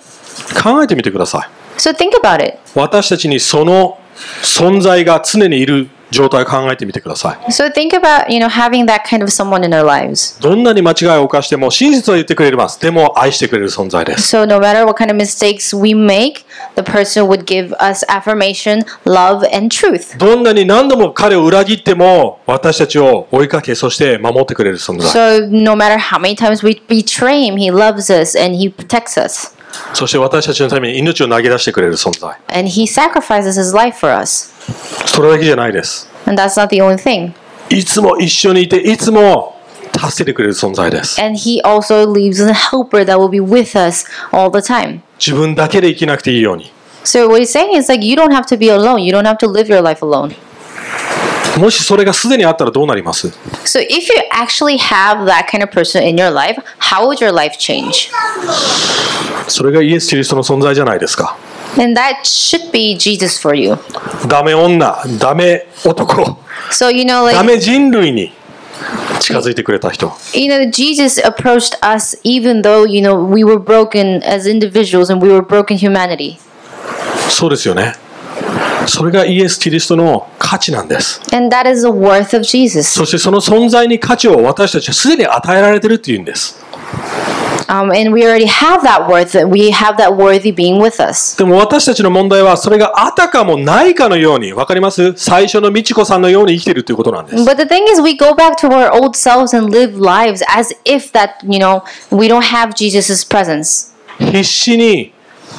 考えてみてください。 So think about it. 私たちにその存在が常にいる状態を考えてみてください。 So think about you know having that kind of someone in our lives. どんなに間違いを犯しても真実は言ってくれます。でも愛してくれる存在です。 So no matter what kind of mistakes we make, the person would give us affirmation, love, and truth. どんなに何度も彼を裏切っても私たちを追いかけ、そして守ってくれる存在。 So no matter how many times we betray him, he loves us and he protects us. そして私たちのために命を投げ出してくれる存在。 And he sacrifices his life for us. それだけじゃないです。 And that's not the only thing. いつも一緒にいて、いつも助けてくれる存在です。 And he also leaves a helper that will be with us all the time. 自分だけで生きなくていいように。 So what he's saying is like you don't have to be alone. You don't have to live your life alone. もしそれがすでにあったらどうなります So if you actually have that kind of person in your life, how would your life change? それがイエス・キリストの存在じゃないですか。 And that should be Jesus for you. ダメ女、ダメ男、 So you know ダ like メ人類に近づいてくれた人。 you know Jesus approached us even though you know we were broken as individuals and we were broken humanity. そうですよね。それがイエス・キリストの価値なんです。 And that is the worth of Jesus. そしてその存在に価値を私たちはすでに与えられてるっていうんです。 Um, and we already have that worth and we have that worthy being with us. でも私たちの問題はそれがあたかもないかのように、わかります最初の美智子さんのように生きてるということなんです。 But the thing is we go back to our old selves and live lives as if that, you know, we don't have Jesus' presence. 必死に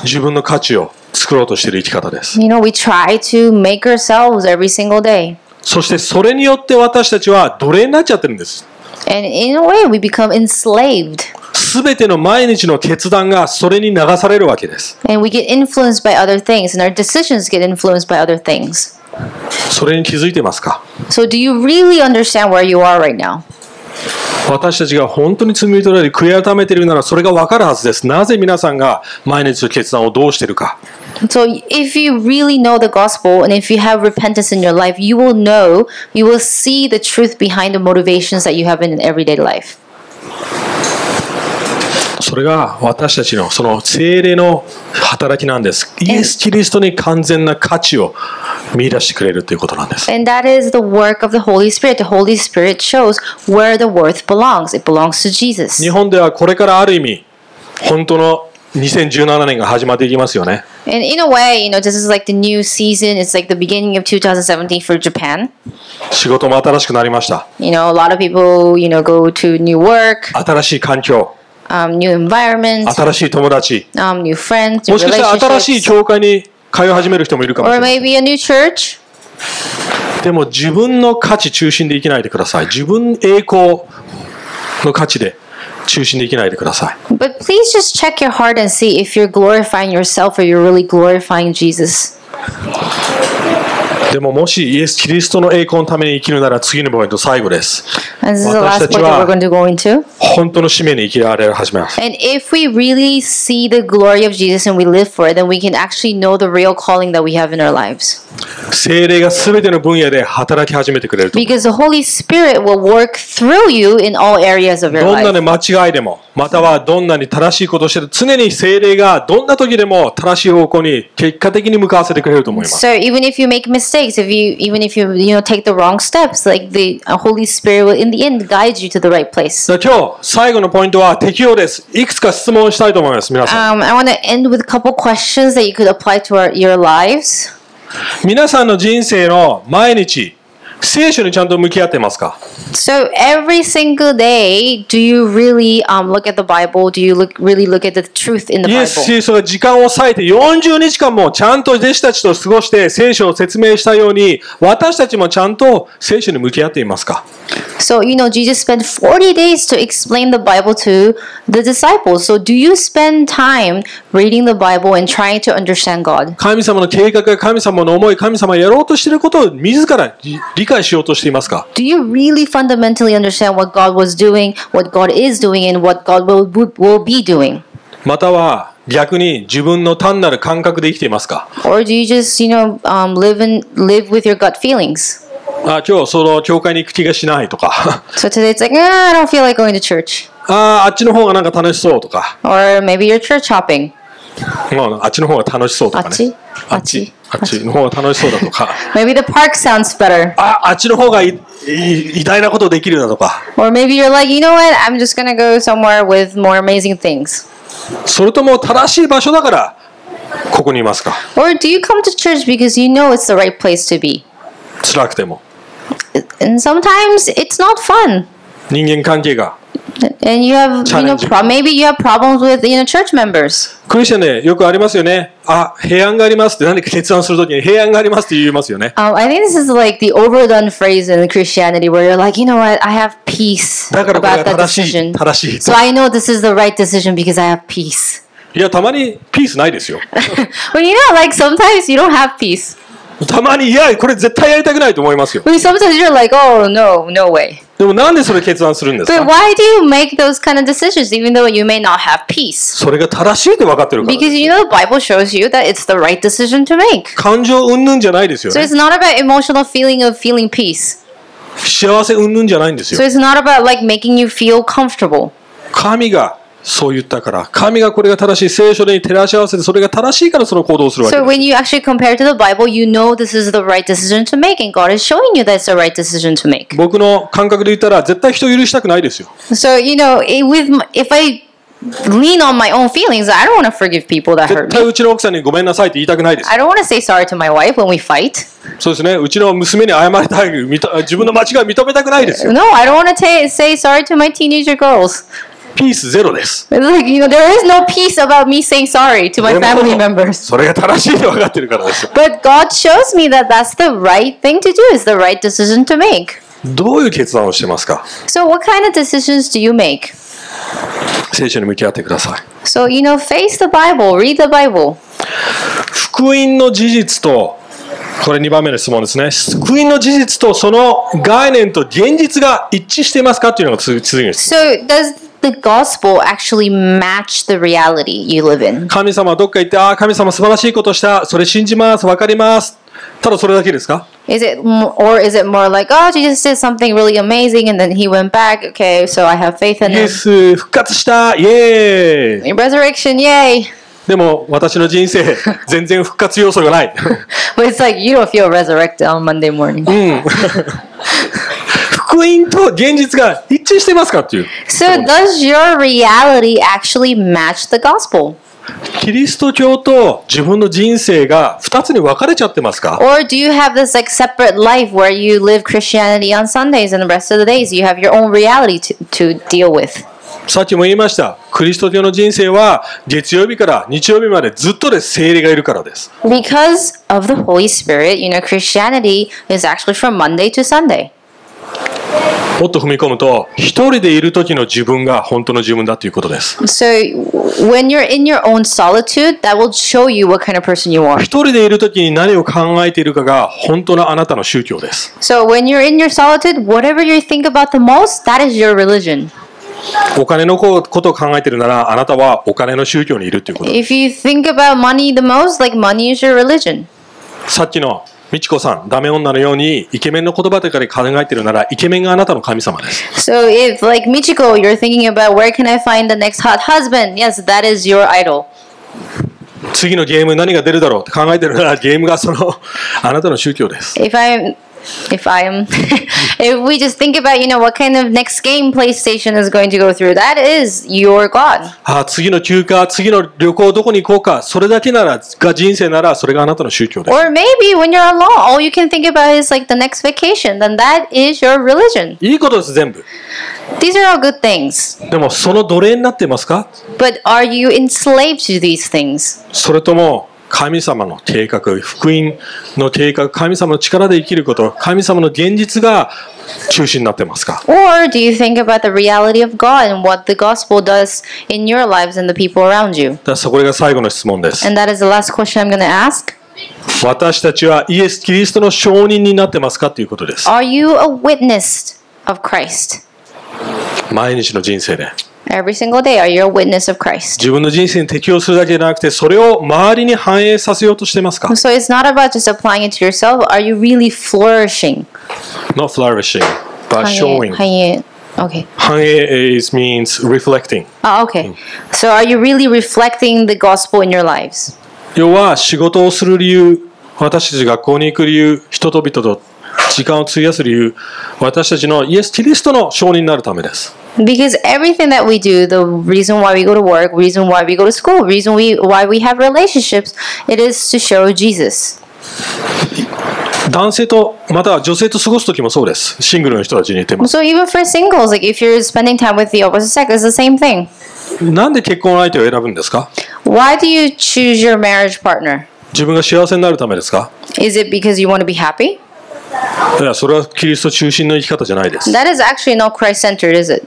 自分の価値を作ろうとしている生き方です。 You know, we try to make ourselves every single day. そしてそれによって私たちは奴隷になっちゃってるんです。 And in a way, we become enslaved. スすべての毎日の決断がそれに流されるわけです。 And we get influenced by other things, and our decisions get influenced by other things. それに気づいてますか So, do you really understand where you are right now? 私たちが本当に罪人であり悔い改めているならそれがわかるはずです。なぜ皆さんが毎日の決断をどうしているか。 So, if you really know the gospel and if you have repentance in your life, you will know, you will see the truth behind the motivations that you have in everyday life. それが私たちのその精霊の働きなんです。イエス・キリストに完全な価値を見出してくれるということなんです。 And that is the work of the Holy Spirit. The Holy Spirit shows where the worth belongs, it belongs to Jesus. 日本ではこれからある意味、本当の2017年が始まっていきますよね。 And in a way, you know, this is like the new season, it's like the beginning of 2017 for Japan. 仕事も新しくなりました。 You know, a lot of people, you know, go to new work, 新しい環境、 um, new environments, 新しい友達、 um, new friends, new もしかしたら新しい relationships, 教会に通い始める人もいるかもし or れない。 maybe a new church. でも自分の価値中心で生きないでください。自分栄光の価値で中心で生きないでください。 But please just check your heart and see if you're glorifying yourself or you're really glorifying Jesus. でももしイエス・キリストの栄光のために生きるなら次のポイント最後です。 And this is the last point that we're going to go into. 本当の使命に生きられ始めます。 And if we really see the glory of Jesus and we live for it, then we can actually know the real calling that we have in our lives. 精霊が全ての分野で働き始めてくれると。 Because the Holy Spirit will work through you in all areas of your どんな life. に間違いでも、またはどんなに正しいことをしてる、常に精霊がどんな時でも正しい方向に結果的に向かわせてくれると思います。 So even if you make mistakes, if you even if you you know take the wrong steps, like the uh, Holy Spirit will in the end guide you to the right place. さあ今日最後のポイントは適用です。いくつか質問をしたいと思います、皆さん。 Um, I want to end with a couple questions that you could apply to our, your lives. 皆さんの人生の毎日、聖書にちゃんと向き合ってますか So every single day, do you really um, look at the Bible? Do you look really look at the truth in the イエス・キ Bible? リストが時間を割いて40日間もちゃんと弟子たちと過ごして聖書を説明したように私たちもちゃんと聖書に向き合っていますか So you know Jesus spent 40 days to explain the Bible to the disciples. So do you spend time reading the Bible and trying to understand God? 神様の計画や神様の思い、神様がやろうとしていることを自ら理理解しようとしていますか Do you really fundamentally understand what God was doing, what God is doing, and what God will, will will be doing? または逆に自分の単なる感覚で生きていますか Or do you just, you know, um, live in live with your gut feelings? あ今日その教会に行く気がしないとか So today it's like, ah, I don't feel like going to church. あーあっちの方がなんか楽しそうとか、 Or maybe you're church hopping. まあ、あっちの方が楽しそうとかねあっちあっちあっちの方が楽しそうだとか Maybe the park sounds better. ああっちの方がいい偉大なことできるなとか Or maybe you're like, you know what? I'm just gonna go somewhere with more amazing things. それとも正しい場所だからここにいますか Or do you come to church because you know it's the right place to be? 辛くても And sometimes it's not fun. 人間関係が And you have, you know, Challenging. pro- maybe you have problems with, you know, church members. クリスチャンでよくありますよねあ平安がありますって何か決断するときに平安がありますって言いますよね Um, I think this is like the overdone phrase in Christianity where you're like, you know what, I have peace だからこれ about が that 正しい decision. 正しい So I know this is the right decision because I have peace. いやたまにピースないですよ Well, you know, like sometimes you don't have peace. たまにいやこれ絶対やりたくないと思いますよ I mean, sometimes you're like, oh, no, no way. でもなんでそれ決断するんですか But why do you make those kind of decisions even though you may not have peace? それが正しいって分かってるからです Because you know, the Bible shows you that it's the right decision to make. 感情云々じゃないですよ So ね it's not about emotional feeling of feeling peace. 幸せ云々じゃないんですよ So it's not about like making you feel comfortable. 神がそう言ったから神がこれが正しい聖書に照らし合わせてそれが正しいからその行動をするわけ So です when you actually compare to the Bible, you know this is the right decision to make, and God is showing you that's the right decision to make. 僕の感覚で言ったら絶対人を許したくないですよ So you know, it, with my, if I lean on my own feelings, I don't want to forgive people that 絶 hurt 対 me. うちの奥さんにごめんなさいって言いたくないです I don't want to say sorry to my wife when we fight. そうですねうちの娘に謝りたいみた自分の間違いを認めたくないです よ No, I don't want to ta say sorry to my teenager girls. ピースゼロです It's like you know, there is no peace about me saying sorry to で my も family members. それが正しいって分かってるからですよ But God shows me that that's the right thing to do. It's the right decision to make. どういう決断をしてますか So, what kind of decisions do you make? 聖書に向き合ってください。 So, you know, face the Bible, read the Bible. 福音の事実と、これ2番目の質問ですね。福音の事実とその概念と現実が一致していますかというのが続続きです。 So, does the gospel actually match the reality you live in? 神様はどっか行って、ああ、神様素晴らしいことした。それ信じます。わかります。ただそれだけですか Is it mo- or is it more like, oh, Jesus did something really amazing and then he went back. Okay, so I have faith in イエ him. ス、復活した。イエーイ。 Resurrection, yay! でも私の人生、 全然復活要素がない。 But it's like you don't feel resurrected on Monday morning. 福音と現実が一致してますかっていう。 So, does your reality actually match the gospel? キリスト教と自分の人生が2つに分かれちゃってますか Or do you have this like separate life where you live Christianity on Sundays and the rest of the days you have your own reality to, to deal with? さっきも言いました。キリスト教の人生は月曜日から日曜日までずっとです聖霊がいるからです。 Because of the Holy Spirit, you know, Christianity is actually from Monday to Sunday. もっと踏み込むと、一人でいる時の自分が本当の自分だということです。 So when you're in your own solitude, that will show you what kind of person you are. 一人でいる時に何を考えているかが本当のあなたの宗教です。 So when you're in your solitude, whatever you think about the most, that is your religion. お金のことを考えているなら、あなたはお金の宗教にいるということです If you think about money the most, like money is your religion. さっきの美智子さん、ダメ女のようにイケメンの言葉とかで考えてるなら、イケメンがあなたの神様です。 So if like Michiko, you're thinking about where can I find the next hot husband? Yes, that is your idol. 次のゲーム何が出るだろうって考えてるなら、ゲームがその、あなたの宗教です。 If I'm if I'm if we just think about, you know, what kind of next game PlayStation is going to go through, that is your god. ああ、次の休暇、次の旅行どこに行こうか、それだけなら、が人生なら、それがあなたの宗教です。 Or maybe when you're alone, all you can think about is like the next vacation, then that is your religion. いいことです、全部。 These are all good things. でも、その奴隷になってますか But are you enslaved to these things? それとも、神様の計画、福音の計画、神様の力で生きること、神様の現実が中心になってますか Or do you think about the reality of God and what the gospel does in your lives and the people around you? だからそこが最後の質問です。 And that is the last question I'm going to ask. 私たちはイエス・キリストの証人になってますかということです。 Are you a witness of Christ? 毎日の人生で。 Every single day, are you a witness of Christ? 自分の人生に適応するだけじゃなくて、それを周りに反映させようとしてますか So it's not about just applying it to yourself. Are you really flourishing? ?not flourishing, but showing. Hanye- hanye- Okay. 反映 is means reflecting. Ah, okay. So are you really reflecting the gospel in your lives? 要は仕事をする理由、私たち学校に行く理由、人と人と時間を費やす理由、私たちのイエス・キリストの証人になるためです。 Because everything that we do, the reason why we go to work, reason why we go to school, reason we why we have relationships, it is to show Jesus. 男性と、または女性と過ごす時もそうです。シングルの人たちに言ってます。 So even for singles, like if you're spending time with the opposite sex, it's the same thing. なんで結婚相手を選ぶんですか Why do you choose your marriage partner? 自分が幸せになるためですか Is it because you want to be happy? いや、それはキリスト中心の生き方じゃないです。 That is actually not Christ-centered, is it?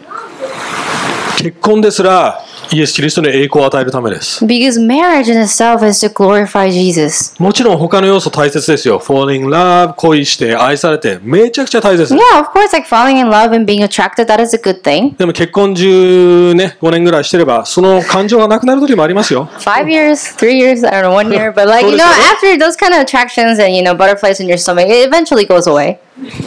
結婚ですら、イエス・キリストに栄光を与えるためです。 Because marriage in itself is to glorify Jesus. もちろん他の要素大切ですよ。fall in love、恋して、愛されて、めちゃくちゃ大切です。 Yeah, of course, like falling in love and being attracted, that is a good thing. でも結婚10ね、5年ぐらいしてれば、その感情がなくなる時もありますよ。 five years, three years, I don't know, one year, but like you know, Totally. after those kind of attractions and you know butterflies in your stomach, it eventually goes away.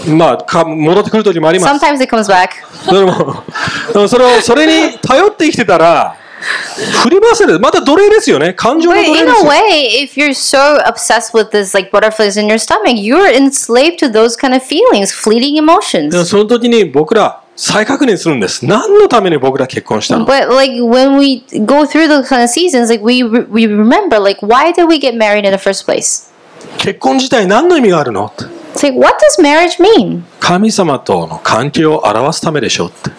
まあ、か戻ってくる時もあり ます。 Sometimes it comes back. でも、でもそれを、それに頼って生きてたら、振り回せる。また奴隷ですよね。感情の But 奴隷 in で a すよ。 way, if you're so obsessed with this like butterflies in your stomach, you're enslaved to those kind of feelings, fleeting でも emotions. その時に僕ら再確認するんです。何のために僕ら結婚したの But like when we go through those kind of seasons, like we re- we remember like why did we get married in the first place? 結婚自体何の意味があるのって It's like what does marriage mean? 神様との関係を表すためでしょうって。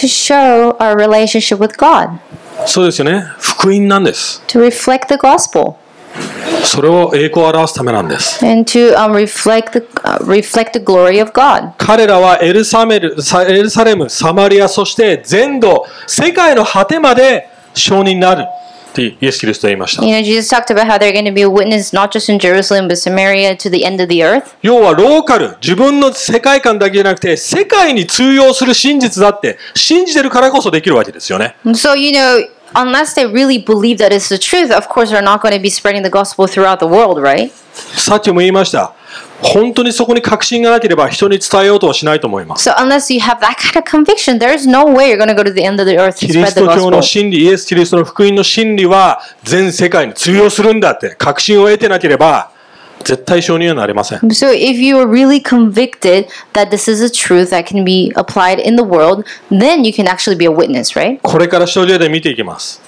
To show our relationship with God, そうですよね。福音なんです。 to reflect the gospel. それを栄光を表すためなんです。 and to um, reflect the uh, reflect the glory of God. 彼らはエルサメルサエルサレム、サマリア、そして全土、世界の果てまで証人になるってイエス・キリストは言いました。 You know, Jesus talked about how they're going to be a witness not just in Jerusalem but Samaria to the end of the earth. 要はローカル、自分の世界観だけじゃなくて、世界に通用する真実だって信じてるからこそできるわけですよね。 And so you know, unless they really believe that it's the truth, of course they're not going to be spreading the gospel throughout the world, right? さっきも言いました。本当にそこに確信がなければ人に伝えようとはしないと思います。 So unless you have that kind of conviction, there is no way you're going to go to the end of the earth キ and リ spread ス the ト教の gospel. 真理、イエス・キリストの福音の真理は全世界に通用するんだって確信を得てなければ絶対承認にはなれません。 So if you are really convicted that this is a truth that can be applied in the world, then you can actually be a witness, right? これから使徒行伝見ていきます。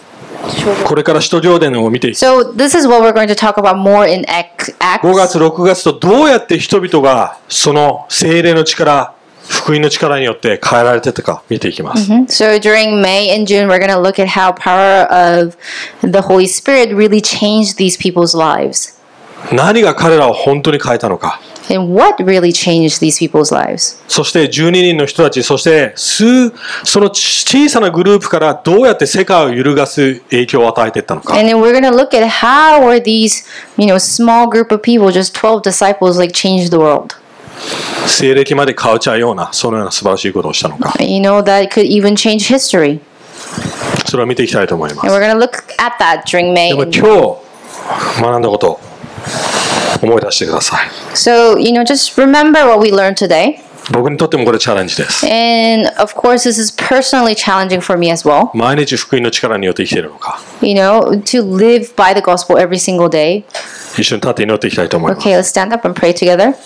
これから使徒行伝を見ていきます。 So this is what we're going to talk about more in Ac- 5月、 Acts. 6月とどうやって人々がその精霊の力、福音の力によって変えられてたか見ていきます。Mm-hmm. So during May and June, we're going to look at how power of the Holy Spirit really changed these people's lives 何が彼らを本当に変えたのか。 and what really changed these people's lives. そして12人の人たち、そして数、その小さなグループからどうやって世界を揺るがす影響を与えていったのか。 And then we're going to look at how were these, you know, small group of people, just 12 disciples, like changed the world. 西暦まで変わっちゃうような、そのような素晴らしいことをしたのか。 You know, that could even change history. それを見ていきたいと思いま And す。 we're going to look at that during May. でも and 今日学んだことを思い出してください。 So, you know, just remember what we learned today. 僕にとってもこれチャレンジです。 And of course, this is personally challenging for me as well. 毎日福音の力によって生きているのか。 You know, to live by the gospel every single day. 一緒に立って祈っていきたいと思います。 Okay, let's stand up and pray together.